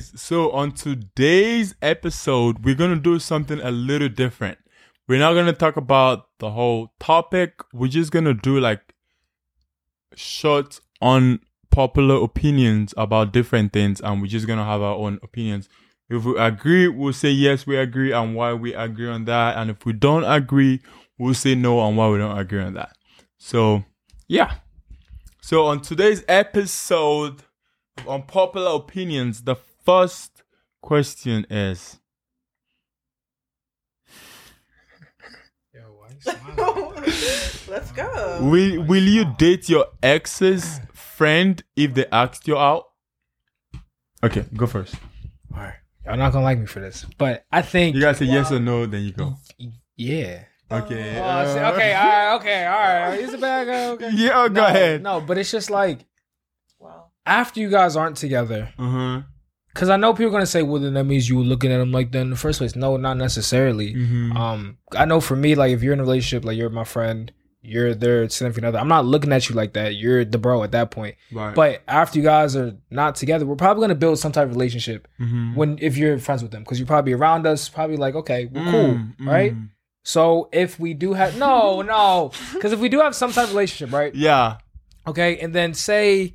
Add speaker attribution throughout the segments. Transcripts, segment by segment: Speaker 1: So, on today's episode, we're going to do something a little different. We're not going to talk about the whole topic. We're just going to do like short on popular opinions about different things and we're just going to have our own opinions. If we agree, we'll say yes, we agree and why we agree on that. And if we don't agree, we'll say no and why we don't agree on that. So, yeah. So, on today's episode, on popular opinions, the first question is
Speaker 2: Yo, why you smiling?
Speaker 3: Let's go.
Speaker 1: will, will you date your ex's friend if they asked you out? Okay, go first.
Speaker 2: All right. Y'all not gonna like me for this, but I think
Speaker 1: You guys say yes or no, then you go.
Speaker 2: yeah.
Speaker 1: Okay.
Speaker 2: Oh, I see.
Speaker 1: uh,
Speaker 2: okay, all right, okay, all right. He's a bad guy. Okay.
Speaker 1: Yeah, go
Speaker 2: No,
Speaker 1: ahead.
Speaker 2: No, but it's just like
Speaker 3: Wow.
Speaker 2: after you guys aren't together,
Speaker 1: Uh-huh.
Speaker 2: because I know people are gonna say, well, then that means you were looking at him like that in the first place. No, not necessarily.
Speaker 1: Mm-hmm.
Speaker 2: Um, I know for me, like if you're in a relationship, like you're my friend, you're their significant other. I'm not looking at you like that. You're the bro at that point.
Speaker 1: right.
Speaker 2: But after you guys are not together, we're probably gonna build some type of relationship.
Speaker 1: Mhm.
Speaker 2: when if you're friends with them because you're probably around us probably like okay we're cool
Speaker 1: Mm, mm.
Speaker 2: right so if we do have no no because if we do have some type of relationship right
Speaker 1: Yeah.
Speaker 2: okay and then say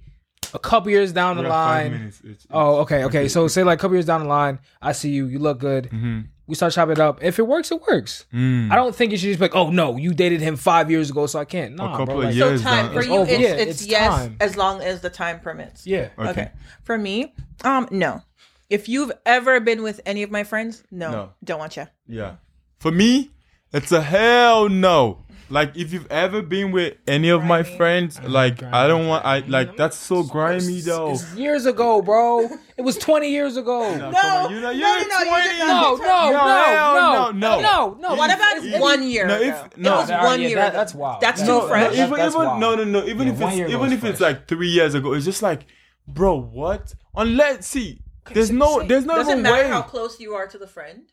Speaker 2: a couple years down the
Speaker 1: We have five
Speaker 2: line
Speaker 1: minutes. It's-
Speaker 2: oh
Speaker 1: it's-
Speaker 2: okay okay so say like a couple years down the line i see you you look good
Speaker 1: Mhm.
Speaker 2: we start chopping it up if it works it works
Speaker 1: Mm.
Speaker 2: i don't think you should just be like oh no you dated him five years ago so i can't no
Speaker 1: A couple
Speaker 2: bro,
Speaker 1: of
Speaker 2: like-
Speaker 1: years. Yeah,
Speaker 3: So
Speaker 1: it's
Speaker 3: time
Speaker 1: not-
Speaker 3: for
Speaker 1: it's
Speaker 3: you,
Speaker 2: over.
Speaker 3: it's,
Speaker 2: Yeah,
Speaker 3: it's,
Speaker 2: it's
Speaker 3: yes,
Speaker 2: time.
Speaker 3: as long as the time permits.
Speaker 2: yeah
Speaker 3: Okay. For me, um, no. If you've ever been with any of my friends, no,
Speaker 1: No.
Speaker 3: don't want you.
Speaker 1: Yeah. For me, it's a hell no. Like if you've ever been with any of my
Speaker 3: Grimy.
Speaker 1: friends, like I don't want I like that's so grimy though.
Speaker 2: it's years ago bro it was 20 years ago
Speaker 1: No,
Speaker 2: no
Speaker 1: come on, you
Speaker 3: No,
Speaker 1: know,
Speaker 3: no,
Speaker 1: you're
Speaker 3: no, no, you
Speaker 1: 20.
Speaker 3: just-
Speaker 2: no no no no
Speaker 1: hell
Speaker 2: no no,
Speaker 3: What about
Speaker 1: If-
Speaker 3: one year?
Speaker 1: no,
Speaker 3: ago?
Speaker 1: if-
Speaker 3: it
Speaker 1: no.
Speaker 3: was
Speaker 2: That-
Speaker 3: one
Speaker 2: yeah,
Speaker 3: year.
Speaker 2: that-
Speaker 3: ago.
Speaker 2: that's wild.
Speaker 3: That's
Speaker 2: No,
Speaker 3: too
Speaker 2: no,
Speaker 3: fresh.
Speaker 1: No, even,
Speaker 2: that's
Speaker 1: even,
Speaker 2: wild.
Speaker 1: no, no, no. Even
Speaker 2: Yeah,
Speaker 1: if
Speaker 2: one
Speaker 1: it's
Speaker 2: year
Speaker 1: even
Speaker 2: goes
Speaker 1: if it's
Speaker 2: fresh.
Speaker 1: like three years ago, it's just like, bro, what? Unless see, there's
Speaker 2: say-
Speaker 1: no,
Speaker 2: say-
Speaker 1: there's no
Speaker 3: Doesn't
Speaker 1: even
Speaker 3: matter
Speaker 1: way.
Speaker 3: how close you are to the friend.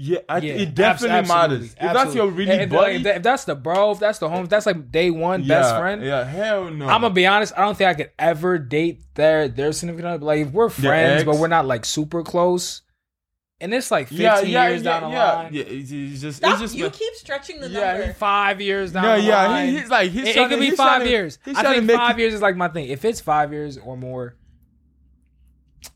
Speaker 1: yeah, I,
Speaker 2: Yeah,
Speaker 1: it
Speaker 2: abs-
Speaker 1: definitely
Speaker 2: absolutely,
Speaker 1: matters. If that's your
Speaker 2: absolutely.
Speaker 1: really
Speaker 2: if,
Speaker 1: buddy,
Speaker 2: if, that- if that's the bro, if that's the home, if that's like day one
Speaker 1: yeah,
Speaker 2: best friend.
Speaker 1: Yeah, hell no.
Speaker 2: I'm gonna be honest. I don't think I could ever date their their significant other. Like if we're friends, but
Speaker 1: ex?
Speaker 2: we're not like super close. And it's like 15
Speaker 1: yeah, yeah,
Speaker 2: years
Speaker 1: yeah,
Speaker 2: down the
Speaker 1: yeah,
Speaker 2: line,
Speaker 1: yeah. It's, it's just,
Speaker 3: Stop-
Speaker 1: it's just
Speaker 3: you keep stretching the
Speaker 1: Yeah,
Speaker 3: number.
Speaker 2: five years down
Speaker 1: Yeah,
Speaker 2: the
Speaker 1: yeah.
Speaker 2: line.
Speaker 1: He, he's like he's
Speaker 2: it, it
Speaker 1: trying
Speaker 2: could
Speaker 1: to-
Speaker 2: be
Speaker 1: he's
Speaker 2: five
Speaker 1: trying to-
Speaker 2: years.
Speaker 1: He's
Speaker 2: I
Speaker 1: trying to
Speaker 2: think
Speaker 1: make
Speaker 2: five
Speaker 1: it-
Speaker 2: years is like my thing. If it's five years or more,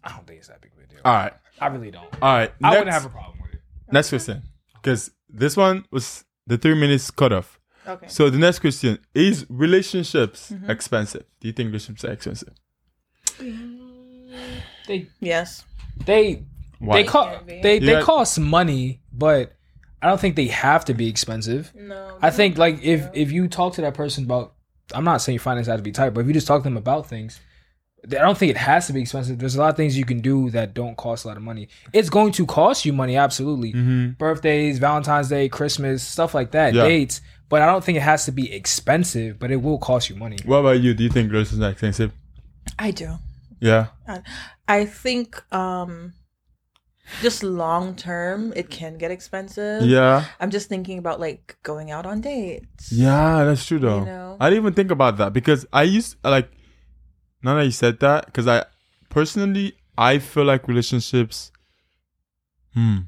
Speaker 2: I don't think it's that big of a deal.
Speaker 1: All right,
Speaker 2: I really don't.
Speaker 1: all right.
Speaker 2: I
Speaker 1: next,
Speaker 2: wouldn't have a problem with it.
Speaker 1: next question because this one was the three minutes cutoff.
Speaker 3: Okay.
Speaker 1: So the next question is relationships expensive? Do you think relationships are expensive?
Speaker 2: They
Speaker 3: yes.
Speaker 2: they
Speaker 1: Why?
Speaker 2: They co-
Speaker 3: Can be.
Speaker 2: they they
Speaker 1: Yeah.
Speaker 2: cost money, but I don't think they have to be expensive.
Speaker 3: No.
Speaker 2: I think like if if you talk to that person about, I'm not saying your finances have to be tight, but if you just talk to them about things, I don't think it has to be expensive. There's a lot of things you can do that don't cost a lot of money. It's going to cost you money, absolutely.
Speaker 1: Mhm.
Speaker 2: Birthdays, Valentine's Day, Christmas, stuff like that,
Speaker 1: Yeah.
Speaker 2: dates. But I don't think it has to be expensive, but it will cost you money.
Speaker 1: What about you? Do you think relationships are expensive?
Speaker 3: I do.
Speaker 1: Yeah.
Speaker 3: I think um just long term it can get expensive.
Speaker 1: Yeah.
Speaker 3: I'm just thinking about like going out on dates.
Speaker 1: Yeah, that's true though.
Speaker 3: know?
Speaker 1: I didn't even think about that because I used like now that you said that because I personally I feel like relationships. Hmm.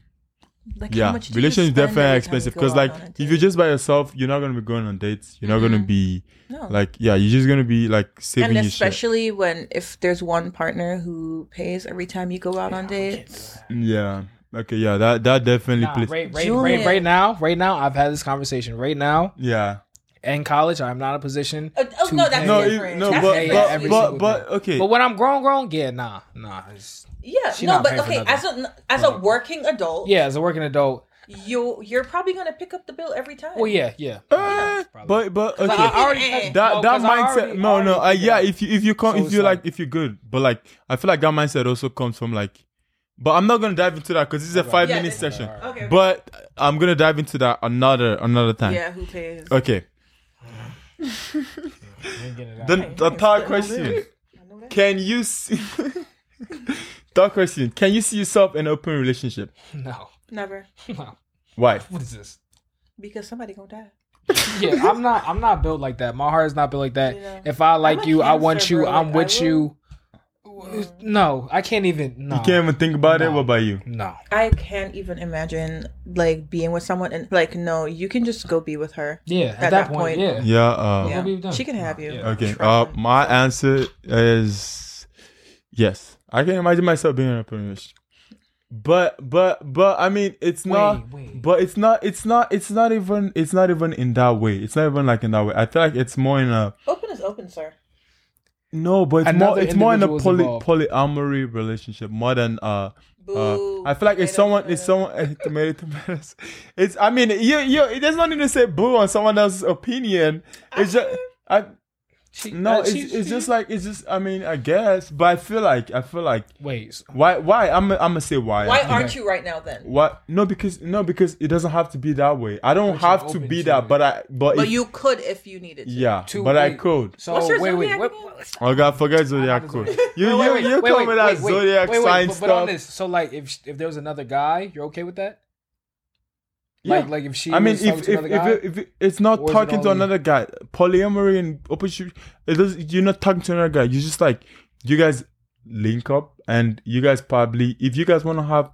Speaker 3: Like
Speaker 1: yeah,
Speaker 3: how much do you
Speaker 1: relationships
Speaker 3: spend every
Speaker 1: definitely
Speaker 3: time
Speaker 1: are
Speaker 3: you
Speaker 1: expensive
Speaker 3: go
Speaker 1: because
Speaker 3: out
Speaker 1: like
Speaker 3: on a
Speaker 1: if you're
Speaker 3: date? Mm.
Speaker 1: just by yourself, you're not gonna be going on dates. You're not gonna be
Speaker 3: no.
Speaker 1: like yeah, you're just gonna be like saving
Speaker 3: and
Speaker 1: your shit.
Speaker 3: especially when if there's one partner who pays every time you go out on dates.
Speaker 1: Yeah. Okay. Yeah. That that definitely
Speaker 2: Nah,
Speaker 1: plays.
Speaker 2: right, right, right,
Speaker 3: Julian.
Speaker 2: right now, right now, I've had this conversation. Right now,
Speaker 1: Yeah.
Speaker 2: in college. I'm not in a position.
Speaker 3: Oh, oh,
Speaker 2: to
Speaker 3: no, that's
Speaker 2: pay.
Speaker 1: No.
Speaker 3: different.
Speaker 1: It, no.
Speaker 3: That's
Speaker 1: But
Speaker 2: different.
Speaker 1: but
Speaker 2: Every
Speaker 1: but,
Speaker 2: single
Speaker 1: but
Speaker 2: day.
Speaker 1: okay.
Speaker 2: But when I'm grown, grown, yeah, nah, nah. It's,
Speaker 3: Yeah,
Speaker 2: She
Speaker 3: no,
Speaker 2: not
Speaker 3: but
Speaker 2: paying for
Speaker 3: okay, as
Speaker 2: nothing.
Speaker 3: a as a working adult,
Speaker 2: yeah, as a working adult,
Speaker 3: you you're probably gonna pick up the bill every time.
Speaker 2: well, yeah, yeah.
Speaker 1: Eh,
Speaker 2: Probably.
Speaker 1: but but okay.
Speaker 3: But I already-
Speaker 1: that that mindset no no uh, yeah
Speaker 2: If,
Speaker 1: if you if you come
Speaker 2: So
Speaker 1: if
Speaker 2: it's
Speaker 1: you like,
Speaker 2: like-
Speaker 1: if you're good but like i feel like that mindset also comes from like but i'm not gonna dive into that because this is a five
Speaker 3: Yeah,
Speaker 1: minute
Speaker 3: this-
Speaker 1: session
Speaker 2: alright.
Speaker 3: Okay.
Speaker 1: but i'm gonna dive into that another another time
Speaker 3: yeah, who pays?
Speaker 1: okay then the third question can you see third question can you see yourself in an open relationship
Speaker 2: no,
Speaker 3: Never,
Speaker 2: no.
Speaker 1: why
Speaker 2: What is this?
Speaker 3: because somebody gonna die.
Speaker 2: Yeah, I'm not. I'm not built like that. My heart is not built like that.
Speaker 3: You know.
Speaker 2: If I like
Speaker 3: I'm a
Speaker 2: you, I
Speaker 3: cancer,
Speaker 2: want you.
Speaker 3: bro,
Speaker 2: I'm
Speaker 3: like, I
Speaker 2: with
Speaker 3: will-
Speaker 2: you. no, I can't even. No,
Speaker 1: You can't even think about it.
Speaker 2: No.
Speaker 1: What about you?
Speaker 2: no.
Speaker 3: I can't even imagine like being with someone and like no, you can just go be with her.
Speaker 2: Yeah, at, that, point, yeah.
Speaker 1: Yeah. Uh,
Speaker 3: Yeah.
Speaker 2: What we've done.
Speaker 3: She can have you.
Speaker 2: Yeah.
Speaker 1: Okay. Uh,
Speaker 3: Trust me.
Speaker 1: my answer is yes. I can imagine myself being in a relationship, but but but I mean, it's not.
Speaker 2: Wait, wait.
Speaker 1: But it's not. It's not. It's not even. It's not even in that way. It's not even like in that way. I feel like it's more in a
Speaker 3: Open is open, sir.
Speaker 1: no, but it's more.
Speaker 2: Another
Speaker 1: It's more in a
Speaker 2: individual
Speaker 1: poly,
Speaker 2: is
Speaker 1: polyamory relationship more than uh Uh,
Speaker 3: Boo.
Speaker 1: I feel like if someone,
Speaker 3: Tomato,
Speaker 1: if
Speaker 3: tomato.
Speaker 1: someone, eh, tomato, tomatoes. It's, I mean, you, you, there's no need to say boo on someone else's opinion. It's just, I,
Speaker 2: She-
Speaker 1: no,
Speaker 2: uh,
Speaker 1: it's,
Speaker 2: she-
Speaker 1: it's
Speaker 2: she-
Speaker 1: just like, it's just, I mean, I guess, but I feel like, I feel like,
Speaker 2: wait. so-
Speaker 1: why, why? I'm, I'm gonna say why.
Speaker 3: Why aren't you right now then?
Speaker 1: Why? No, because, no, because it doesn't have to be that way. I don't
Speaker 2: But you're
Speaker 1: have to
Speaker 2: open
Speaker 1: be
Speaker 2: to
Speaker 1: that,
Speaker 2: it.
Speaker 1: but I, but,
Speaker 3: But
Speaker 1: if-
Speaker 3: you could if you needed to.
Speaker 1: yeah,
Speaker 2: To
Speaker 1: but I
Speaker 2: wait.
Speaker 1: could.
Speaker 2: So
Speaker 3: What's your
Speaker 2: wait, wait,
Speaker 3: zodiac
Speaker 2: wait,
Speaker 3: again?
Speaker 1: Oh God, forget zodiac code. You,
Speaker 2: wait,
Speaker 1: you,
Speaker 2: wait,
Speaker 1: you
Speaker 2: wait,
Speaker 1: come
Speaker 2: wait,
Speaker 1: with that
Speaker 2: wait, wait,
Speaker 1: zodiac
Speaker 2: wait, wait,
Speaker 1: sign
Speaker 2: but,
Speaker 1: stuff.
Speaker 2: but on this, so like, if sh- if there was another guy, you're okay with that?
Speaker 1: Yeah.
Speaker 2: Like, like if she.
Speaker 1: I mean,
Speaker 2: was talking
Speaker 1: if
Speaker 2: to
Speaker 1: if
Speaker 2: another
Speaker 1: if,
Speaker 2: guy,
Speaker 1: it, if it, it's not
Speaker 2: Or is it
Speaker 1: talking to
Speaker 2: only-
Speaker 1: another guy, polyamory and open ship, it does. You're not talking to another guy. You just like you guys link up, and you guys probably if you guys want to have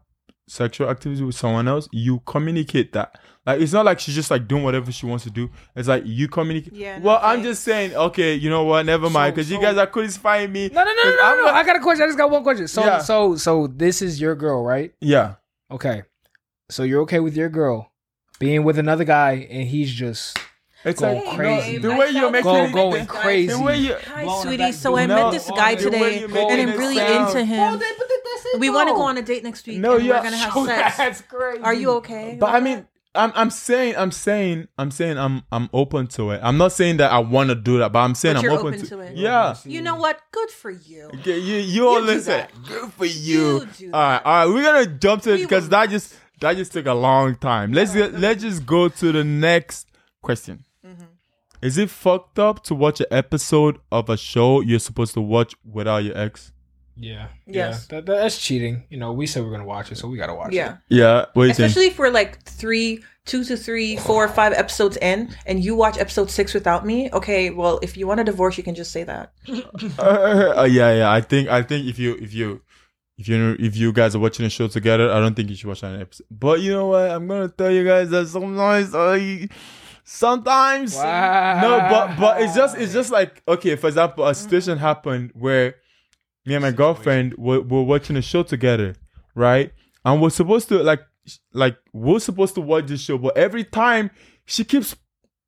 Speaker 1: sexual activity with someone else, you communicate that. Like it's not like she's just like doing whatever she wants to do. It's like you communicate.
Speaker 3: Yeah, no
Speaker 1: well, I'm
Speaker 3: thanks.
Speaker 1: just saying. Okay, you know what? Never mind,
Speaker 2: So-
Speaker 1: because you
Speaker 2: so-
Speaker 1: guys are crucifying me.
Speaker 2: no, no, no, no,
Speaker 1: 'Cause
Speaker 2: no,
Speaker 1: I'm
Speaker 2: no,
Speaker 1: not-
Speaker 2: I got a question. I just got one question. So,
Speaker 1: Yeah.
Speaker 2: so, so this is your girl, right?
Speaker 1: Yeah.
Speaker 2: Okay. So you're okay with your girl being with another guy, and he's just
Speaker 1: It's
Speaker 2: Go
Speaker 1: like no,
Speaker 2: crazy.
Speaker 1: the way you're making
Speaker 2: Go-
Speaker 1: it-
Speaker 2: going
Speaker 1: the-
Speaker 2: crazy.
Speaker 1: The way you
Speaker 3: Hi,
Speaker 2: Blowing it
Speaker 3: sweetie.
Speaker 2: back
Speaker 3: So
Speaker 2: door.
Speaker 3: I
Speaker 1: No,
Speaker 3: met this guy
Speaker 1: the way
Speaker 3: today,
Speaker 1: you're
Speaker 3: and
Speaker 1: making
Speaker 3: I'm
Speaker 1: it
Speaker 3: really
Speaker 1: sound-
Speaker 3: into him. We want to go on a date next week,
Speaker 1: No,
Speaker 3: and
Speaker 1: yeah,
Speaker 3: we're gonna have
Speaker 1: so
Speaker 3: sex.
Speaker 2: crazy.
Speaker 3: Are you okay?
Speaker 1: But
Speaker 3: with
Speaker 1: I mean, I'm I'm saying I'm saying I'm saying I'm I'm open to it. I'm not saying that I want to do that, but I'm saying
Speaker 3: But
Speaker 1: I'm
Speaker 3: you're
Speaker 1: open,
Speaker 3: open
Speaker 1: to,
Speaker 3: to it.
Speaker 1: Yeah.
Speaker 3: that? You know what? Good for you.
Speaker 1: Okay, you you all
Speaker 3: do
Speaker 1: listen.
Speaker 3: that.
Speaker 1: Good for you.
Speaker 3: You do
Speaker 1: all right, all right. We're gonna jump to it
Speaker 3: We
Speaker 1: because
Speaker 3: will
Speaker 1: that just that just took a long time. Let's get, let's just go to the next question.
Speaker 3: Mm-hmm.
Speaker 1: Is it fucked up to watch an episode of a show you're supposed to watch without your ex?
Speaker 2: Yeah.
Speaker 3: Yes.
Speaker 2: Yeah. That, that- that's cheating. You know, we said we are gonna watch it, so we gotta watch
Speaker 3: Yeah.
Speaker 1: Yeah, what do you think?
Speaker 3: Especially if we're like three, two to three, four, five episodes in, and you watch episode six without me. Okay, well, if you want a divorce, you can just say that.
Speaker 1: Uh, uh, yeah, yeah. I think I think if you if you if you if you guys are watching the show together, I don't think you should watch that episode. But you know what? I'm gonna tell you guys that sometimes I sometimes
Speaker 2: it. Wow.
Speaker 1: no, but but it's just it's just like okay. For example, a situation happened where me and my girlfriend were, were watching a show together, right? And we're supposed to like sh- like we're supposed to watch this show, but every time she keeps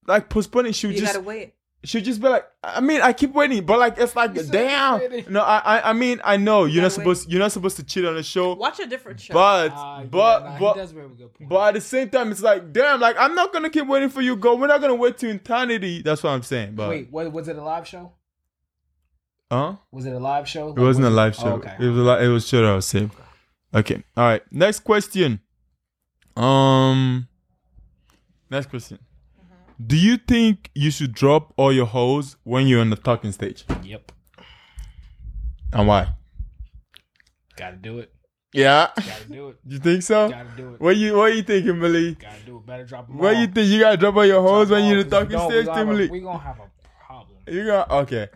Speaker 1: like postponing, she would
Speaker 3: You
Speaker 1: just
Speaker 3: gotta wait.
Speaker 1: she'll just be like, I mean, I keep waiting, but like it's like,
Speaker 2: You're so
Speaker 1: damn.
Speaker 2: frustrating.
Speaker 1: No, I, I, I mean, I know you're
Speaker 3: gotta
Speaker 1: not supposed, you're not supposed to cheat on the show,
Speaker 3: Watch a different show.
Speaker 1: but,
Speaker 2: Ah, yeah,
Speaker 1: but,
Speaker 2: nah, he
Speaker 1: but,
Speaker 2: does bring up a good point.
Speaker 1: but at the same time, it's like, damn, like I'm not gonna keep waiting for you, girl. We're not gonna wait to eternity. That's what I'm saying. But,
Speaker 2: wait, what, was it a live show?
Speaker 1: huh?
Speaker 2: Was it a live show? Like,
Speaker 1: It wasn't a
Speaker 2: was
Speaker 1: live
Speaker 2: oh,
Speaker 1: show.
Speaker 2: okay.
Speaker 1: It was a li- it was show that I was saved. Okay. All right. Next question. Um. Next question.
Speaker 2: Mm-hmm.
Speaker 1: Do you think you should drop all your hoes when you're on the talking stage,
Speaker 2: Yep.
Speaker 1: and why?
Speaker 2: Gotta do it.
Speaker 1: Yeah.
Speaker 2: Gotta do it.
Speaker 1: You think so?
Speaker 2: Gotta do it.
Speaker 1: What you what you thinking, Millie?
Speaker 2: Gotta do it. Better drop 'em
Speaker 1: What you
Speaker 2: off.
Speaker 1: think you gotta drop all your hoes when you the
Speaker 2: Drop 'em
Speaker 1: talking
Speaker 2: off, 'cause if
Speaker 1: stage,
Speaker 2: you don't, we gonna have
Speaker 1: Timberly?
Speaker 2: a- We gonna have a problem.
Speaker 1: You got okay.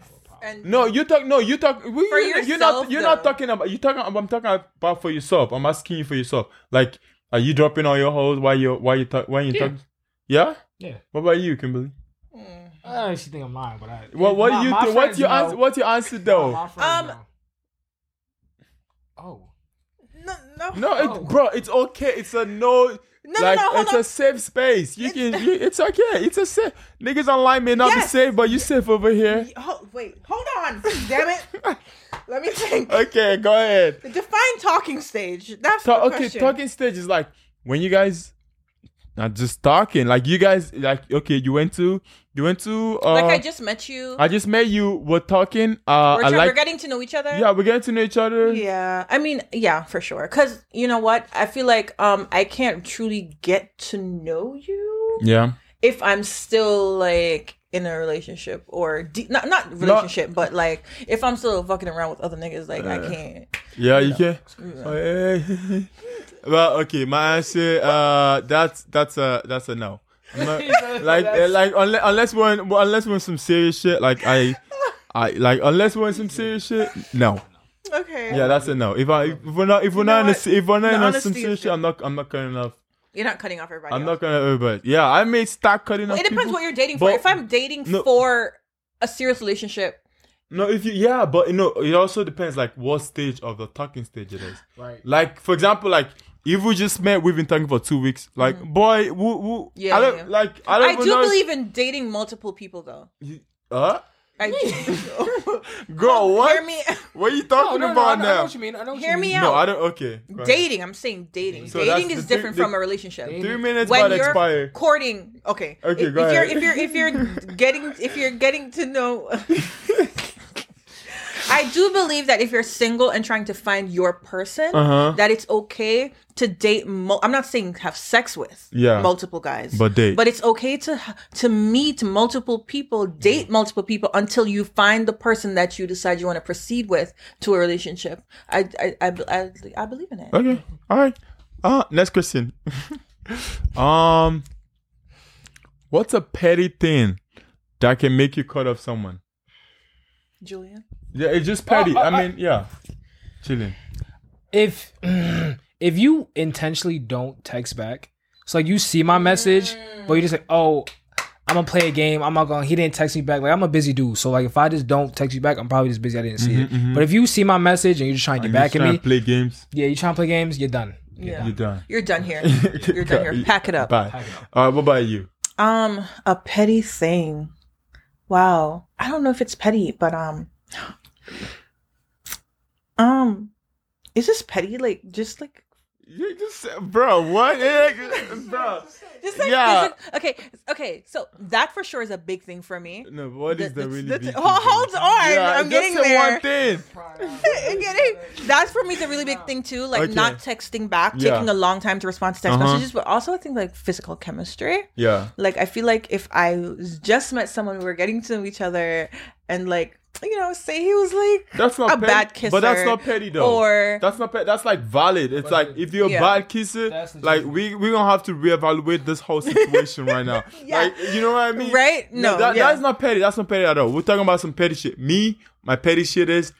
Speaker 3: and
Speaker 1: No, you talk. No, you talk. We,
Speaker 3: For
Speaker 1: you, you're not.
Speaker 3: yourself,
Speaker 1: You're not
Speaker 3: though.
Speaker 1: talking about. You talking. I'm talking about for yourself. I'm asking you for yourself. Like, are you dropping all your hoes? Why you? Why you talk? When you
Speaker 2: Yeah.
Speaker 1: talk? Yeah.
Speaker 2: Yeah.
Speaker 1: What about you, Kimberly?
Speaker 2: I don't actually think I'm lying, but I.
Speaker 1: What What
Speaker 2: my-
Speaker 1: do you?
Speaker 2: my
Speaker 1: think? What's
Speaker 2: friends
Speaker 1: your
Speaker 2: know.
Speaker 1: answer? What's your answer though?
Speaker 2: My friends
Speaker 3: Um,
Speaker 2: know. Oh.
Speaker 3: no, no,
Speaker 1: No,
Speaker 2: Oh.
Speaker 1: it, bro. It's okay. It's a no.
Speaker 3: no,
Speaker 1: like
Speaker 3: no, hold
Speaker 1: it's
Speaker 3: on.
Speaker 1: a safe space. You can. You, it's okay. It's a safe. Niggas online may not be
Speaker 3: Yes.
Speaker 1: safe, but you safe over here.
Speaker 3: Ho- wait, hold on. Damn it. Let me think.
Speaker 1: Okay, go ahead.
Speaker 3: Define talking stage. That's
Speaker 1: Ta-
Speaker 3: the
Speaker 1: okay,
Speaker 3: question.
Speaker 1: talking stage is like when you guys not just talking. Like you guys, like okay, you went to you went to. Uh,
Speaker 3: like I just met you.
Speaker 1: I just met you. We're talking. Uh,
Speaker 3: we're,
Speaker 1: I
Speaker 3: try-
Speaker 1: like.
Speaker 3: we're getting to know each other.
Speaker 1: yeah, we're getting to know each other.
Speaker 3: Yeah, I mean, yeah, for sure. Cause you know what, I feel like um I can't truly get to know you
Speaker 1: Yeah.
Speaker 3: if I'm still like in a relationship or de- not not relationship, but like if I'm still fucking around with other niggas, like I can't.
Speaker 1: Yeah, you can. Oh, hey. well, okay, my answer. Uh, that's that's a that's a no. I'm not- like uh, like unless unless we're in, well, unless we're in some serious shit. Like I, I like unless we're in some serious shit. No,
Speaker 3: Okay.
Speaker 1: Yeah, that's it. No, if I if we're not if we're
Speaker 3: You
Speaker 1: not
Speaker 3: know
Speaker 1: in a,
Speaker 3: what?
Speaker 1: s- if we're not
Speaker 3: The
Speaker 1: in a
Speaker 3: honesty is
Speaker 1: sincere shit,
Speaker 3: good.
Speaker 1: I'm not I'm not cutting off.
Speaker 3: You're not cutting off everybody.
Speaker 1: I'm
Speaker 3: else.
Speaker 1: not gonna everybody. Yeah, I may start cutting
Speaker 3: Well,
Speaker 1: off.
Speaker 3: it depends
Speaker 1: people.
Speaker 3: what you're dating
Speaker 1: but-
Speaker 3: for. If I'm dating
Speaker 1: No.
Speaker 3: for a serious relationship,
Speaker 1: No, if you yeah, but you know it also depends like what stage of the talking stage it is.
Speaker 2: Right.
Speaker 1: Like for example, like if we just met, we've been talking for two weeks. Like boy, woo, woo,
Speaker 3: Mm. Yeah,
Speaker 1: I don't
Speaker 3: yeah.
Speaker 1: like I don't
Speaker 3: I,
Speaker 1: even
Speaker 3: do
Speaker 1: know if-
Speaker 3: believe in dating multiple people, though.
Speaker 1: You- huh?
Speaker 3: I do.
Speaker 1: Girl, Oh, what?
Speaker 3: Hear me.
Speaker 1: What are you talking about
Speaker 2: I, know
Speaker 1: now?
Speaker 2: what you mean. I know what
Speaker 3: Hear
Speaker 2: you
Speaker 3: me
Speaker 2: mean.
Speaker 3: out.
Speaker 1: no, I don't. Okay, go ahead.
Speaker 3: Dating. I'm saying dating.
Speaker 1: So
Speaker 3: dating
Speaker 1: that's
Speaker 3: is
Speaker 1: the thing-
Speaker 3: different
Speaker 1: the-
Speaker 3: from a relationship.
Speaker 1: Three minutes
Speaker 3: when
Speaker 1: about
Speaker 3: you're
Speaker 1: expire.
Speaker 3: courting, okay.
Speaker 1: Okay,
Speaker 3: if,
Speaker 1: go
Speaker 3: if
Speaker 1: ahead.
Speaker 3: you're if you're if you're getting if you're getting to know. I do believe that if you're single and trying to find your person,
Speaker 1: Uh-huh.
Speaker 3: that it's okay to date. Mo- I'm not saying have sex with
Speaker 1: Yeah.
Speaker 3: multiple guys,
Speaker 1: But date.
Speaker 3: But it's okay to to meet multiple people, date multiple people until you find the person that you decide you want to proceed with to a relationship. I I I, I, I believe in it.
Speaker 1: Okay. All right. Uh next question. um what's a petty thing that can make you cut off someone?
Speaker 3: Julian,
Speaker 1: Yeah, it's just petty.
Speaker 2: Uh,
Speaker 1: I
Speaker 2: uh,
Speaker 1: mean, yeah. Chilling.
Speaker 2: If if you intentionally don't text back, so like you see my message, but you're just like, oh, I'm gonna play a game. I'm not going. He didn't text me back. Like I'm a busy dude, so like if I just don't text you back, I'm probably just busy. I didn't see it. But if you see my message and you're just trying to get back
Speaker 1: Mm-hmm, you
Speaker 2: at me,
Speaker 1: play games.
Speaker 2: yeah, you're trying to play games, you're done.
Speaker 3: yeah,
Speaker 1: You're done.
Speaker 3: you're done here. You're done here. Pack it up.
Speaker 1: Bye. All right, what about you?
Speaker 3: Um, a petty thing. Wow. I don't know if it's petty, but um Um is this petty? Like just like
Speaker 1: You just bro, what? bro.
Speaker 3: just like
Speaker 1: Yeah.
Speaker 3: physic- okay, okay. So that for sure is a big thing for me.
Speaker 1: No, what is the,
Speaker 3: That's-
Speaker 1: really
Speaker 3: that's-
Speaker 1: big
Speaker 3: Ho-
Speaker 1: thing?
Speaker 3: hold on,
Speaker 1: Yeah,
Speaker 3: I'm
Speaker 1: just
Speaker 3: getting
Speaker 1: say
Speaker 3: there.
Speaker 1: one thing.
Speaker 3: I'm getting- that's for me is a really big thing too. Like
Speaker 1: Okay.
Speaker 3: not texting back,
Speaker 1: Yeah.
Speaker 3: taking a long time to respond to text
Speaker 1: Uh-huh.
Speaker 3: messages, but also I think like physical chemistry.
Speaker 1: Yeah.
Speaker 3: Like I feel like if I was- just met someone, we were getting to know each other, and like you know, say he was like
Speaker 1: That's not
Speaker 3: A
Speaker 1: petty,
Speaker 3: bad kisser,
Speaker 1: But that's not petty though.
Speaker 3: or-
Speaker 1: that's not petty. That's like valid. It's like if you're a
Speaker 3: Yeah.
Speaker 1: bad kisser,
Speaker 2: That's legit.
Speaker 1: like we we gonna have to reevaluate this whole situation right now.
Speaker 3: Yeah.
Speaker 1: Like you know what I mean?
Speaker 3: Right? No,
Speaker 1: that,
Speaker 3: yeah.
Speaker 1: that's not petty. That's not petty at all. We're talking about some petty shit. Me, my petty shit is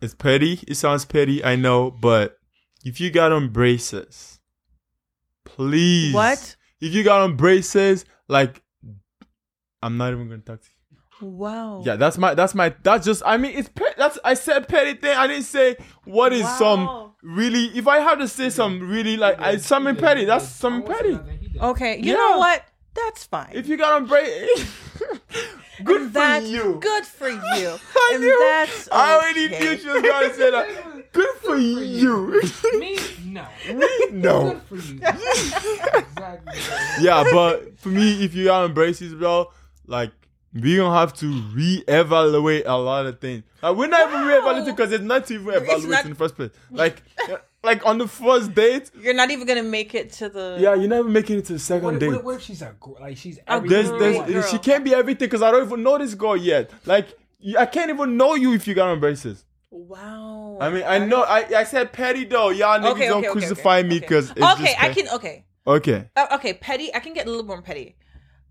Speaker 1: it's petty. It sounds petty, I know, but if you got on braces, please.
Speaker 3: What?
Speaker 1: If you got on braces, like I'm not even gonna talk to you.
Speaker 3: wow.
Speaker 1: Yeah, that's my that's my that's just I mean it's pe- that's I said petty thing. I didn't say what is
Speaker 3: Wow.
Speaker 1: some really if I had to say some really like I something petty, that's something petty.
Speaker 3: Okay, you
Speaker 1: Yeah.
Speaker 3: know what? That's fine.
Speaker 1: If you got on break Good
Speaker 3: And
Speaker 1: for
Speaker 3: that's
Speaker 1: you.
Speaker 3: Good for you.
Speaker 1: I
Speaker 3: and
Speaker 1: knew-
Speaker 3: that's
Speaker 1: I already
Speaker 3: okay.
Speaker 1: knew she was gonna say that. Good for you.
Speaker 2: Me, no.
Speaker 1: no.
Speaker 2: for you. exactly.
Speaker 1: Yeah, but for me, if you got on braces, bro, like we gonna have to reevaluate a lot of things. Like we're not even reevaluating because it's not to even evaluate
Speaker 3: not-
Speaker 1: in the first place. Like, like on the first date,
Speaker 3: You're not even gonna make it to the.
Speaker 1: Yeah, you're never making it to the second
Speaker 2: What,
Speaker 1: date.
Speaker 2: what, what if she's a gr- like she's
Speaker 3: A
Speaker 1: Oh, There's,
Speaker 2: everything?
Speaker 1: there's,
Speaker 3: Girl.
Speaker 1: She can't be everything because I don't even know this girl yet. Like, you- I can't even know you if you got on braces.
Speaker 3: Wow.
Speaker 1: I mean, I know. I, I said petty though. Y'all niggas
Speaker 3: okay,
Speaker 1: don't
Speaker 3: okay, okay,
Speaker 1: crucify
Speaker 3: okay,
Speaker 1: me
Speaker 3: okay.
Speaker 1: because
Speaker 3: Okay,
Speaker 1: it's just
Speaker 3: I
Speaker 1: pe-
Speaker 3: can. Okay,
Speaker 1: Okay.
Speaker 3: uh, okay, petty. I can get a little more petty.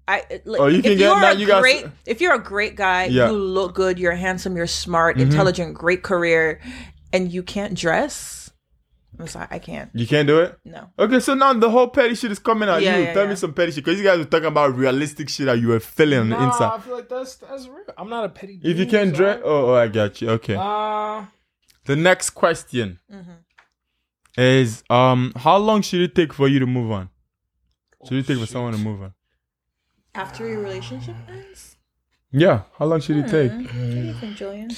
Speaker 3: I it- like,
Speaker 1: Oh, you
Speaker 3: if
Speaker 1: can get-
Speaker 3: you're
Speaker 1: now
Speaker 3: a
Speaker 1: you got-
Speaker 3: great if you're a great guy,
Speaker 1: Yeah. Mm-hmm.
Speaker 3: you look good, you're handsome, you're smart, intelligent, great career, and you can't dress. I'm sorry, I can't.
Speaker 1: You can't do it.
Speaker 3: No.
Speaker 1: Okay, so now the whole petty shit is coming out.
Speaker 3: Yeah,
Speaker 1: you
Speaker 3: yeah,
Speaker 1: tell
Speaker 3: yeah.
Speaker 1: me some petty shit because you guys were talking about realistic shit that you were feeling on the
Speaker 2: Nah, I
Speaker 1: inside.
Speaker 2: feel like that's that's real. I'm not a petty.
Speaker 1: If you
Speaker 2: dude,
Speaker 1: can't
Speaker 2: so-
Speaker 1: dress, oh, oh, I got you. Okay.
Speaker 2: Uh,
Speaker 1: the next question
Speaker 3: Mhm.
Speaker 1: is um, how long should it take for you to move on? Should
Speaker 2: Oh,
Speaker 1: it take for
Speaker 2: shit.
Speaker 1: someone to move on?
Speaker 3: After your relationship ends,
Speaker 1: Yeah, how long should it take?
Speaker 3: what do you think, Julian?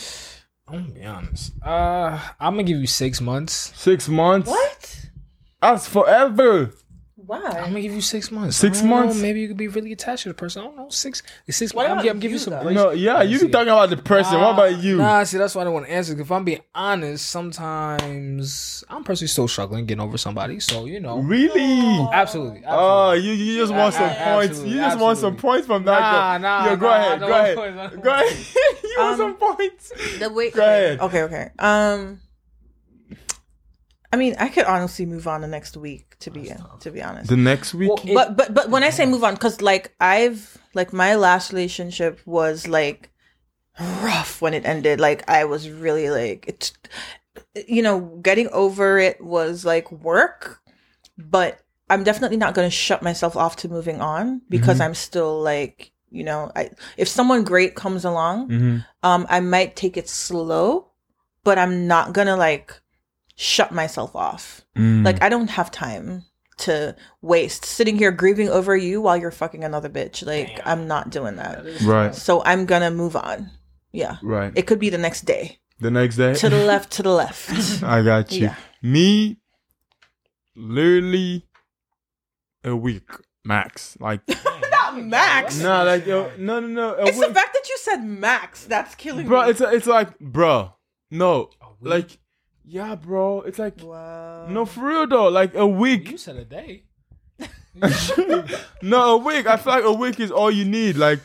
Speaker 2: I'm gonna be honest. Uh, I'm gonna give you six months.
Speaker 1: Six months.
Speaker 3: What?
Speaker 1: That's forever.
Speaker 2: I'm
Speaker 3: Why?
Speaker 2: gonna give you six months.
Speaker 1: Six
Speaker 2: I don't know,
Speaker 1: months?
Speaker 2: maybe you could be really attached to the person. I don't know. Six, six.
Speaker 3: What
Speaker 2: I'm,
Speaker 3: about
Speaker 2: gi- I'm giving
Speaker 3: you,
Speaker 2: you some.
Speaker 3: though?
Speaker 2: Grace.
Speaker 1: No, yeah, you be
Speaker 2: see.
Speaker 1: talking about the person. what
Speaker 2: Uh,
Speaker 1: about you?
Speaker 2: Nah, see, that's why I don't want to answer. 'cause if I'm being honest, sometimes I'm personally still struggling getting over somebody. So you know,
Speaker 1: Really?
Speaker 2: absolutely. absolutely.
Speaker 1: Oh, you, you just want some
Speaker 2: Absolutely.
Speaker 1: points. You just want some
Speaker 2: Absolutely.
Speaker 1: points from that.
Speaker 2: Nah,
Speaker 1: girl.
Speaker 2: nah,
Speaker 1: Yo, go
Speaker 2: nah,
Speaker 1: ahead,
Speaker 2: I
Speaker 1: go
Speaker 2: don't want
Speaker 1: ahead,
Speaker 2: points.
Speaker 1: go ahead. you want
Speaker 3: Um,
Speaker 1: some points?
Speaker 3: The wait.
Speaker 1: Go ahead.
Speaker 3: Okay, okay. Um, I mean, I could honestly move on the next week. To be to be honest,
Speaker 1: The next week.
Speaker 2: Well, it-
Speaker 3: but but but when I say move on, because like I've like my last relationship was like rough when it ended. Like I was really like it's you know, getting over it was like work, but I'm definitely not going to shut myself off to moving on because I'm still like, you know, I if someone great comes along,
Speaker 1: Mm-hmm.
Speaker 3: um I might take it slow, but I'm not going to like shut myself off.
Speaker 1: mm-hmm. Hmm.
Speaker 3: Like I don't have time to waste sitting here grieving over you while you're fucking another bitch. Like
Speaker 2: Damn.
Speaker 3: I'm not doing that.
Speaker 1: Right.
Speaker 3: So I'm going to move on. Yeah.
Speaker 1: right.
Speaker 3: It could be the next day.
Speaker 1: the next day.
Speaker 3: To the left, to the left.
Speaker 1: I got you.
Speaker 3: Yeah.
Speaker 1: Me, literally a week max. Like
Speaker 3: Not max.
Speaker 1: no, like yo, no, no, no. A
Speaker 3: It's the
Speaker 1: week,
Speaker 3: fact that you said max that's killing
Speaker 1: bro.
Speaker 3: me.
Speaker 1: It's it's like, bro, no,
Speaker 2: week?
Speaker 1: like, yeah, bro. It's like,
Speaker 3: wow.
Speaker 1: no, for real though, like a week.
Speaker 2: You said a day.
Speaker 1: no, a week. I feel like a week is all you need. Like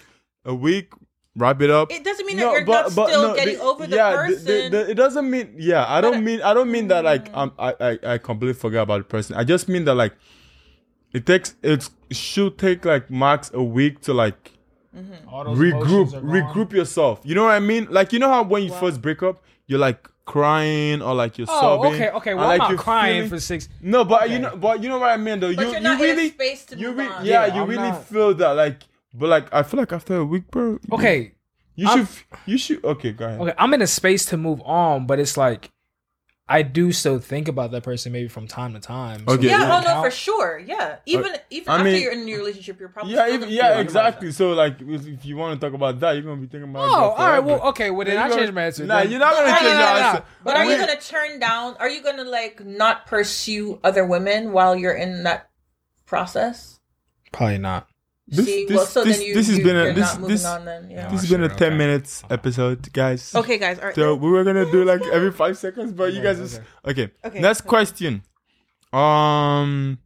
Speaker 1: a week, wrap it up.
Speaker 3: It doesn't mean that you're not still
Speaker 1: no,
Speaker 3: getting
Speaker 1: the-
Speaker 3: over the
Speaker 1: yeah,
Speaker 3: person. mm.
Speaker 1: the- it doesn't mean yeah. I
Speaker 3: I-
Speaker 1: don't mean I don't mean that like um, I, I I completely forgot about the person. I just mean that like it takes it's it should take like max a week to like
Speaker 2: All those
Speaker 1: regroup
Speaker 2: emotions are gone.
Speaker 1: regroup yourself. You know what I mean? Like you know how when you first break up, you're like crying or like you're
Speaker 2: Oh,
Speaker 1: sobbing.
Speaker 2: okay, okay.
Speaker 1: and,
Speaker 2: Well,
Speaker 1: like,
Speaker 2: I'm not
Speaker 1: you're
Speaker 2: crying
Speaker 1: feeling-
Speaker 2: for six.
Speaker 1: no, but you
Speaker 2: Okay.
Speaker 1: know, but you know what I mean, though.
Speaker 3: But
Speaker 1: you
Speaker 3: you're not
Speaker 1: you
Speaker 3: in a
Speaker 1: really,
Speaker 3: space to
Speaker 1: you
Speaker 3: move
Speaker 1: re-
Speaker 3: on.
Speaker 1: yeah,
Speaker 2: Yeah,
Speaker 1: you
Speaker 2: I'm
Speaker 1: really
Speaker 2: not-
Speaker 1: feel that, like, but like, I feel like after a week, bro. you-
Speaker 2: Okay,
Speaker 1: you
Speaker 2: I'm-
Speaker 1: should, f- you should. Okay, go ahead.
Speaker 2: okay. I'm in a space to move on, but it's like I do still think about that person maybe from time to time. So
Speaker 1: Okay.
Speaker 2: does
Speaker 3: yeah,
Speaker 2: that
Speaker 1: yeah.
Speaker 3: oh no, for
Speaker 2: count?
Speaker 3: sure. Yeah, even even
Speaker 1: I
Speaker 3: after
Speaker 1: mean-
Speaker 3: you're in a new relationship, you're probably
Speaker 1: Yeah,
Speaker 3: still
Speaker 1: even,
Speaker 3: the-
Speaker 1: yeah,
Speaker 3: you're
Speaker 1: exactly. So, like, if if you want to talk about that, you're gonna be thinking about.
Speaker 2: Oh,
Speaker 1: it
Speaker 2: all right.
Speaker 1: forever.
Speaker 2: Well, okay. Well, then
Speaker 1: You're
Speaker 2: I
Speaker 1: gonna-
Speaker 2: changed my answer.
Speaker 1: Nah,
Speaker 2: then.
Speaker 1: you're not gonna
Speaker 2: Nah,
Speaker 1: change
Speaker 2: nah,
Speaker 1: your
Speaker 2: nah, nah.
Speaker 1: answer.
Speaker 3: But are you
Speaker 1: Wait.
Speaker 3: gonna turn down? Are you gonna like not pursue other women while you're in that process?
Speaker 2: Probably not.
Speaker 1: This-
Speaker 3: See,
Speaker 1: this-
Speaker 3: well, so
Speaker 1: this-
Speaker 3: then you,
Speaker 1: this has
Speaker 3: you,
Speaker 1: been a-
Speaker 3: you're
Speaker 1: this-
Speaker 3: not moving
Speaker 1: this-
Speaker 3: on then. Yeah.
Speaker 1: This has
Speaker 2: Sure,
Speaker 1: been a
Speaker 2: Oh, okay.
Speaker 1: ten minutes episode, guys.
Speaker 3: okay, guys. All right.
Speaker 1: So we were gonna do like every five seconds, but you guys just okay.
Speaker 3: Okay,
Speaker 1: Next
Speaker 3: so-
Speaker 1: question. Um,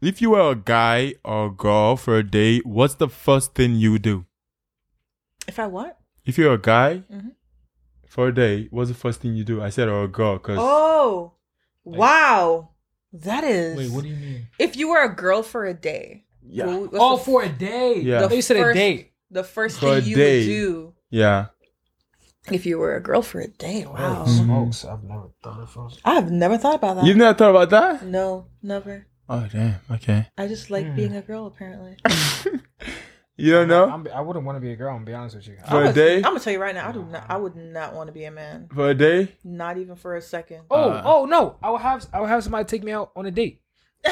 Speaker 1: if you were a guy or a girl for a date, what's the first thing you do?
Speaker 3: if I what?
Speaker 1: If you're a guy
Speaker 2: Mm-hmm.
Speaker 3: Mhm.
Speaker 1: for a date, what's the first thing you do? I said or a girl because
Speaker 3: Oh, wow. That is.
Speaker 2: Wait, what do you mean?
Speaker 3: if you were a girl for a day,
Speaker 1: yeah,
Speaker 3: what would- what's
Speaker 2: Oh,
Speaker 3: the-
Speaker 2: for a day.
Speaker 1: Yeah.
Speaker 2: They said a
Speaker 3: First-
Speaker 2: date.
Speaker 3: the first
Speaker 1: For a
Speaker 3: thing you
Speaker 1: day.
Speaker 3: would do
Speaker 1: yeah.
Speaker 3: if you were a girl for a day. Wow.
Speaker 1: Mm-hmm.
Speaker 2: smokes! I've never thought of those.
Speaker 3: I have never thought about that.
Speaker 1: You've never thought about that?
Speaker 3: no, never.
Speaker 1: Oh damn. Okay.
Speaker 3: I just like
Speaker 1: Hmm.
Speaker 3: being a girl, apparently.
Speaker 1: You don't know
Speaker 2: I'm, I wouldn't want to be a girl. I'm be honest with you.
Speaker 1: For a
Speaker 3: I'm
Speaker 1: day?
Speaker 3: I'm gonna tell you right now, I do not. I would not want to be a man,
Speaker 1: for a day.
Speaker 3: not even for a second.
Speaker 2: Oh,
Speaker 1: Uh,
Speaker 2: oh no! I will have I will have somebody take me out on a date,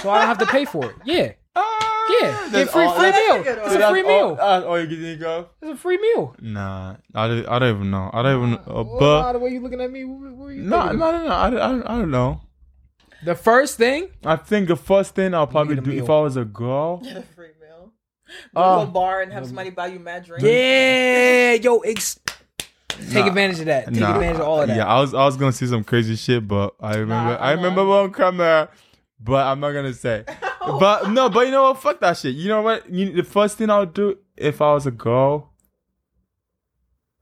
Speaker 2: so I don't have to pay for it. Yeah,
Speaker 1: Ah!
Speaker 2: yeah, get
Speaker 1: That's
Speaker 2: free
Speaker 1: all-
Speaker 2: free
Speaker 1: that's-
Speaker 3: that's a
Speaker 2: meal.
Speaker 3: good one.
Speaker 2: It's a
Speaker 1: that's
Speaker 2: free
Speaker 1: all-
Speaker 2: meal.
Speaker 1: That's all you can think of.
Speaker 2: It's a free meal.
Speaker 1: Nah, I don't, I don't even know. I don't even. Uh,
Speaker 2: Oh,
Speaker 1: but
Speaker 2: nah, the way you looking at me, what, what you
Speaker 1: No, no,
Speaker 2: thinking?
Speaker 1: no, no. I, don't- I, don't- I don't know.
Speaker 2: The first thing,
Speaker 1: I think the first thing I'll probably
Speaker 2: need a
Speaker 1: do if
Speaker 2: meal.
Speaker 1: I was a girl.
Speaker 3: Get a free meal. Go
Speaker 1: Uh,
Speaker 3: to a bar and have somebody buy you mad drinks.
Speaker 2: yeah, yo, ex- take
Speaker 1: Nah.
Speaker 2: advantage of that. Take
Speaker 1: nah,
Speaker 2: advantage of all of that.
Speaker 1: Yeah, I was, I was gonna see some crazy shit, but I remember, I remember on camera, but I'm not gonna say. but no, but you know what? Fuck that shit. You know what? You, the first thing I'll do if I was a girl.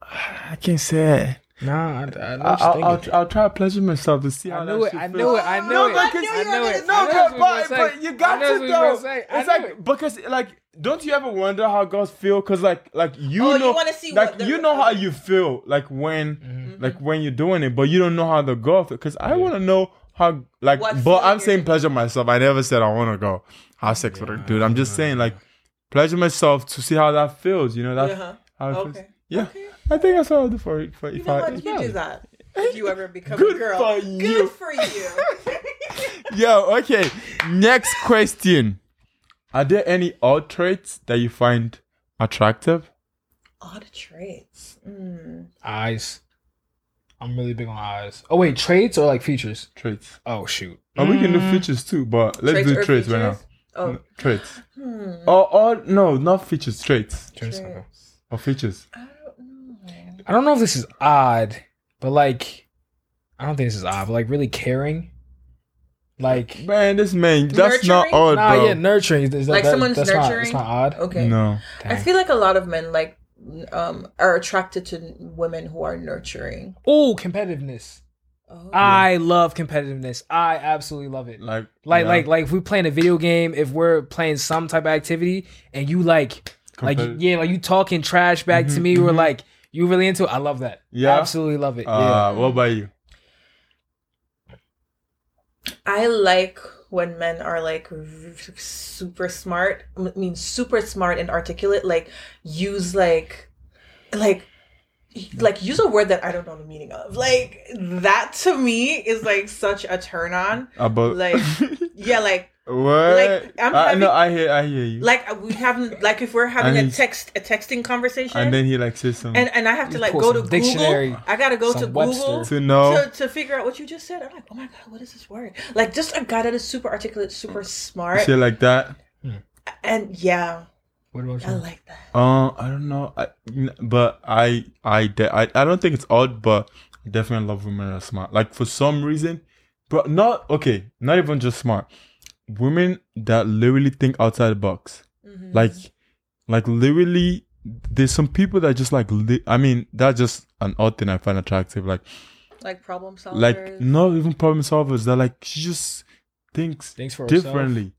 Speaker 1: I can't say it.
Speaker 2: Nah, I,
Speaker 1: I,
Speaker 2: I know what you're
Speaker 1: I'll, I'll,
Speaker 2: thinking.
Speaker 1: I'll try to pleasure myself to see how
Speaker 2: I
Speaker 1: that
Speaker 2: knew it.
Speaker 1: shit
Speaker 2: I
Speaker 1: feels.
Speaker 2: knew it. I knew
Speaker 1: No,
Speaker 2: it.
Speaker 1: but
Speaker 2: I
Speaker 1: I knew
Speaker 3: you were
Speaker 2: knew
Speaker 3: gonna
Speaker 2: it.
Speaker 3: say-
Speaker 2: I
Speaker 1: No,
Speaker 2: knew
Speaker 1: but,
Speaker 2: what you
Speaker 1: but,
Speaker 2: were gonna say.
Speaker 1: but you got
Speaker 2: I knew
Speaker 1: to
Speaker 2: what you were
Speaker 1: though.
Speaker 2: gonna say. I
Speaker 1: It's
Speaker 2: knew
Speaker 1: like
Speaker 2: it.
Speaker 1: because like don't you ever wonder how girls feel? Cause like like you
Speaker 3: Oh, you
Speaker 1: know
Speaker 3: wanna see
Speaker 1: like
Speaker 3: what the- Mm-hmm.
Speaker 1: you know how you feel like when like when you're doing it, but you don't know how the girl feel. Cause I want to know how like.
Speaker 3: What
Speaker 1: but
Speaker 3: feeling
Speaker 1: I'm saying
Speaker 3: you're-
Speaker 1: pleasure myself. I never said I want to go have sex with a dude. I'm just saying like pleasure myself to see how that feels. You know that
Speaker 3: Uh-huh.
Speaker 1: how it
Speaker 3: Okay.
Speaker 1: feels. Yeah,
Speaker 3: Okay.
Speaker 1: I think that's what I'll do for it. For
Speaker 3: You
Speaker 1: if
Speaker 3: know
Speaker 1: I,
Speaker 3: what? You do that if you ever become
Speaker 1: Good
Speaker 3: a girl.
Speaker 1: for
Speaker 3: Good
Speaker 1: you.
Speaker 3: for you.
Speaker 1: Yo, okay. Next question. Are there any odd traits that you find attractive?
Speaker 3: Odd traits. Mm.
Speaker 2: Eyes. I'm really big on eyes. Oh wait, traits or like features?
Speaker 1: Traits.
Speaker 2: Oh shoot.
Speaker 1: And we can do features too, but let's
Speaker 3: Mm. Traits
Speaker 1: do
Speaker 3: or
Speaker 1: traits right now. Mm,
Speaker 3: features? Oh, hmm.
Speaker 1: Traits. Or, or no, not features, traits.
Speaker 2: Traits, okay.
Speaker 3: traits.
Speaker 1: Or features.
Speaker 3: I don't know.
Speaker 2: I don't know if this is odd, but like, I don't think this is odd, but like really caring, like
Speaker 1: Man, this man, that's not
Speaker 3: Nurturing?
Speaker 1: odd,
Speaker 2: nah,
Speaker 1: bro.
Speaker 2: yeah, nurturing. Is that,
Speaker 3: Like
Speaker 2: that-
Speaker 3: someone's
Speaker 2: that's Not,
Speaker 3: nurturing?
Speaker 2: it's not odd.
Speaker 3: Okay.
Speaker 1: No.
Speaker 3: I feel like a lot of men like um are attracted to women who are nurturing.
Speaker 2: Oh, competitiveness.
Speaker 3: Oh.
Speaker 2: I love competitiveness. I absolutely love it.
Speaker 1: Like,
Speaker 2: Like,
Speaker 1: yeah.
Speaker 2: like, like, if we're playing a video game, if we're playing some type of activity, and you like, like,
Speaker 1: Competitive.
Speaker 2: yeah, like you talking trash back to me, or like You really into it? I love that.
Speaker 1: Mm-hmm, Yeah?
Speaker 2: Absolutely love it.
Speaker 1: Uh, What about you?
Speaker 3: I like when men are like r- super smart. I mean, super smart and articulate. Like use like, like, like use a word that I don't know the meaning of. Like that to me is like such a turn on.
Speaker 1: About
Speaker 3: Like- Yeah, like
Speaker 1: what?
Speaker 3: like, I'm
Speaker 1: I, no,
Speaker 3: having-
Speaker 1: I hear, I hear you.
Speaker 3: like we haven't like if we're having
Speaker 1: And
Speaker 3: a
Speaker 1: he's-
Speaker 3: text a texting conversation
Speaker 1: and then he like says something
Speaker 3: and, and I have to
Speaker 2: You
Speaker 3: like
Speaker 2: pull
Speaker 3: go
Speaker 2: some
Speaker 3: to
Speaker 2: dictionary,
Speaker 3: Google. I gotta go
Speaker 2: some
Speaker 3: to
Speaker 2: Webster.
Speaker 3: Google
Speaker 1: to know.
Speaker 3: to, to figure out what you just said. I'm like, oh my god, what is this word? Like just a guy that is super articulate, super smart,
Speaker 1: Shit like that.
Speaker 3: and yeah,
Speaker 2: What about
Speaker 3: I
Speaker 2: you?
Speaker 3: like that.
Speaker 1: Uh, I don't know. I, n- but I, I, de- I, I don't think it's odd, but I definitely love women that are smart. Like for some reason, but not okay. Not even just smart. Women that literally think outside the box.
Speaker 3: Mhm.
Speaker 1: Like, like literally, there's some people that just like. Li- I mean, that's just an odd thing I find attractive. Like,
Speaker 3: like problem solvers.
Speaker 1: like not even problem solvers. That like she just thinks
Speaker 2: Thanks for
Speaker 1: differently.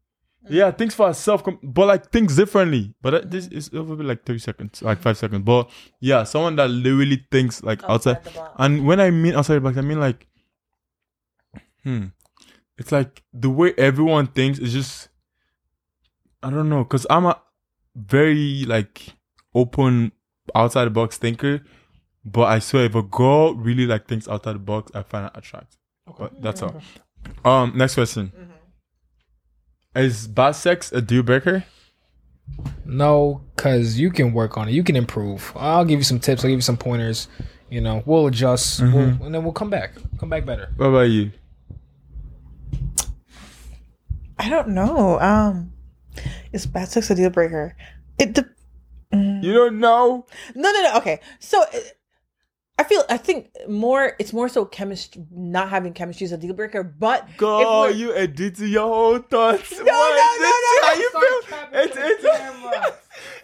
Speaker 1: Yeah, things for herself, com- but like things differently. But that, this is over like thirty seconds, like five seconds. But yeah, someone that literally thinks like outside.
Speaker 3: the box.
Speaker 1: And when I mean outside the box, I mean like, hmm, it's like the way everyone thinks is just, I don't know, cause I'm a very like open outside the box thinker. But I swear, if a girl really like thinks outside the box, I find it attractive. But that's all.
Speaker 3: Mm-hmm.
Speaker 1: Um, next question.
Speaker 3: Mm.
Speaker 1: Is bad sex a deal breaker?
Speaker 2: No, because you can work on it. You can improve. I'll give you some tips. I'll give you some pointers. You know, we'll adjust.
Speaker 1: Mm-hmm.
Speaker 2: We'll, and then we'll come back. Come back better.
Speaker 1: What about you?
Speaker 3: I don't know. Um, is bad sex a deal breaker? It de-
Speaker 1: You don't know?
Speaker 3: no no no. Okay, so uh, I feel I think more. It's more so chemistry. Not having chemistry is a deal breaker, but
Speaker 1: God,
Speaker 3: we're-
Speaker 1: you edited your whole thoughts. No,
Speaker 3: no, no, no,
Speaker 1: How you feel? It's, it's,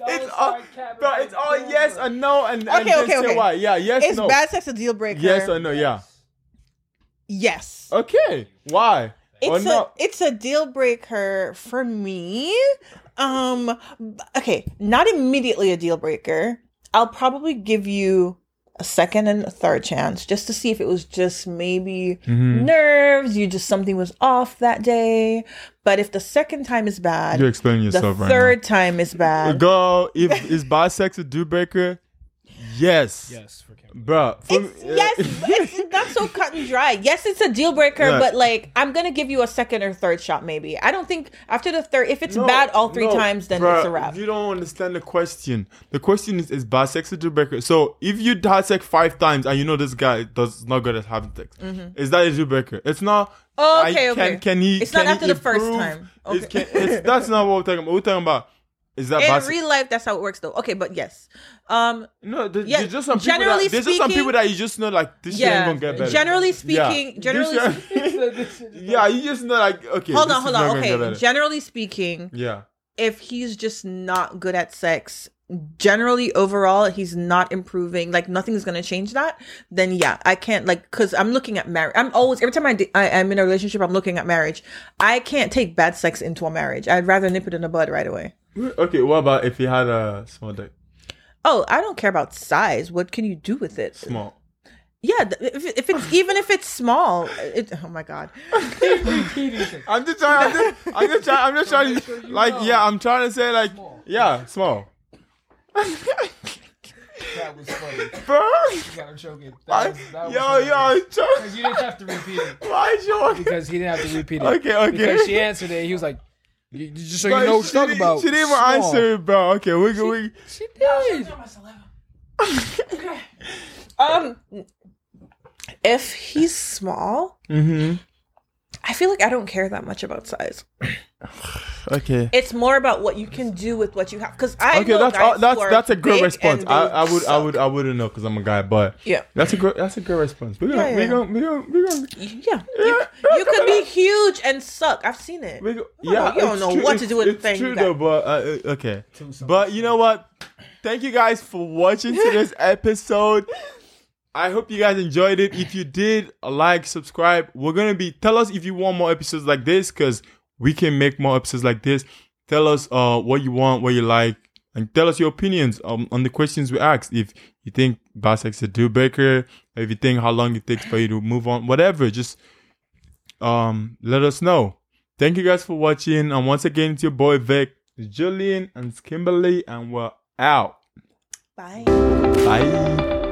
Speaker 1: it's all, bro, it's all yes and no and, and
Speaker 3: Okay,
Speaker 1: then
Speaker 3: okay,
Speaker 1: say
Speaker 3: okay.
Speaker 1: why. Yeah, yes,
Speaker 3: is
Speaker 1: no.
Speaker 3: bad sex a deal breaker?
Speaker 1: yes or no, yeah.
Speaker 3: yes.
Speaker 1: Okay, why? or
Speaker 3: it's a
Speaker 1: no?
Speaker 3: it's a deal breaker for me. Um b- okay, not immediately a deal breaker. I'll probably give you a second and a third chance just to see if it was just maybe
Speaker 1: Mm-hmm.
Speaker 3: nerves, you just something was off that day. But if the second time is bad,
Speaker 1: You're explaining
Speaker 3: the
Speaker 1: yourself right
Speaker 3: third time is
Speaker 1: now.
Speaker 3: bad.
Speaker 1: Girl, if is bisexual a deal breaker? Yes.
Speaker 2: Yes, for Cameron.
Speaker 1: Bro, for uh,
Speaker 3: It's, yes, but it's not so cut and dry. Yes, it's a deal breaker,
Speaker 1: Yeah.
Speaker 3: but like I'm gonna give you a second or third shot, maybe. I don't think after the third, if it's
Speaker 1: No,
Speaker 3: bad all three
Speaker 1: no,
Speaker 3: times, then
Speaker 1: bruh,
Speaker 3: it's a wrap.
Speaker 1: You don't understand the question. The question is: Is bad sex a deal breaker? So if you had sex five times and you know this guy does not good at having sex, is that a deal breaker? It's not.
Speaker 3: Mm-hmm. Oh,
Speaker 1: I-
Speaker 3: okay,
Speaker 1: can,
Speaker 3: okay.
Speaker 1: Can he?
Speaker 3: It's not
Speaker 1: can he
Speaker 3: after the first
Speaker 1: improve?
Speaker 3: time.
Speaker 1: Is-
Speaker 3: Okay.
Speaker 1: can- it's- that's not what we're talking about. We're talking about is that bad?
Speaker 3: In
Speaker 1: sex-
Speaker 3: real life, that's how it works, though. Okay, but yes, um,
Speaker 1: no, there-
Speaker 3: yeah,
Speaker 1: there's just some people.
Speaker 3: generally
Speaker 1: That, there's just some
Speaker 3: speaking-
Speaker 1: people that you just know like this shit
Speaker 3: yeah.
Speaker 1: ain't gonna get better.
Speaker 3: Generally
Speaker 1: Yeah.
Speaker 3: speaking,
Speaker 1: This
Speaker 3: generally.
Speaker 1: shit-
Speaker 3: spe-
Speaker 1: yeah, you just know like okay.
Speaker 3: Hold
Speaker 1: this
Speaker 3: on,
Speaker 1: is
Speaker 3: hold
Speaker 1: not
Speaker 3: on.
Speaker 1: gonna get
Speaker 3: Okay,
Speaker 1: better.
Speaker 3: generally speaking,
Speaker 1: yeah.
Speaker 3: if he's just not good at sex, generally overall, he's not improving. Like nothing's gonna change that. Then yeah, I can't like because I'm looking at marriage. I'm always every time I, d- I am in a relationship, I'm looking at marriage. I can't take bad sex into a marriage. I'd rather nip it in the bud right away.
Speaker 1: Okay, what about if you had a small dick?
Speaker 3: Oh, I don't care about size. What can you do with it?
Speaker 1: Small.
Speaker 3: Yeah, th- if, if it's even if it's small, it, oh my god.
Speaker 1: I'm just trying. I'm just, I'm just trying. I'm just trying. like, yeah, I'm trying to say, like, yeah, small.
Speaker 2: That was funny.
Speaker 1: Bro,
Speaker 2: You gotta choke it.
Speaker 1: I,
Speaker 2: That was- that was
Speaker 1: yo, yo,
Speaker 2: hilarious.
Speaker 1: cho-
Speaker 2: 'Cause You didn't have to repeat it.
Speaker 1: why is your
Speaker 2: Because he didn't have to repeat it.
Speaker 1: Okay, okay.
Speaker 2: Because she answered it. He was like, "You- you- just so
Speaker 1: Bro,
Speaker 2: you know what
Speaker 1: she
Speaker 2: you're talking
Speaker 1: didn't-
Speaker 2: about.
Speaker 1: She didn't even
Speaker 2: Small.
Speaker 1: answer, it, bro. Okay, we can. We,
Speaker 2: She did.
Speaker 3: Um, if he's small,
Speaker 1: mm-hmm.
Speaker 3: I feel like I don't care that much about size.
Speaker 1: Okay.
Speaker 3: It's more about what you can do with what you have. Because I
Speaker 1: Okay,
Speaker 3: know
Speaker 1: that's
Speaker 3: guys
Speaker 1: uh, that's
Speaker 3: who are
Speaker 1: that's a
Speaker 3: big
Speaker 1: good
Speaker 3: and
Speaker 1: response.
Speaker 3: they
Speaker 1: I, I would I
Speaker 3: suck.
Speaker 1: would I wouldn't know because I'm a guy, but
Speaker 3: Yeah.
Speaker 1: that's a good that's a good response. We're gonna
Speaker 3: Yeah,
Speaker 1: we're
Speaker 3: yeah.
Speaker 1: gonna we're gonna we're gonna,
Speaker 3: Yeah, you, you could be huge and suck. I've seen it.
Speaker 1: we're gonna
Speaker 3: don't know-
Speaker 1: yeah.
Speaker 3: you don't
Speaker 1: it's
Speaker 3: know what to
Speaker 1: it's-
Speaker 3: do with the
Speaker 1: it's
Speaker 3: thing
Speaker 1: True
Speaker 3: you
Speaker 1: though,
Speaker 3: got.
Speaker 1: but uh, uh, okay. But you know what? Thank you guys for watching today's episode. I hope you guys enjoyed it. If you did, like, subscribe. We're gonna be tell us if you want more episodes like this, cause we can make more episodes like this. Tell us uh what you want, what you like, and tell us your opinions um, on the questions we asked. If you think Basek's a deal breaker, if you think how long it takes for you to move on, whatever, just um let us know. Thank you guys for watching, and once again, it's your boy Vic, Julian, and Kimberly, and we're out.
Speaker 3: Bye.
Speaker 1: Bye.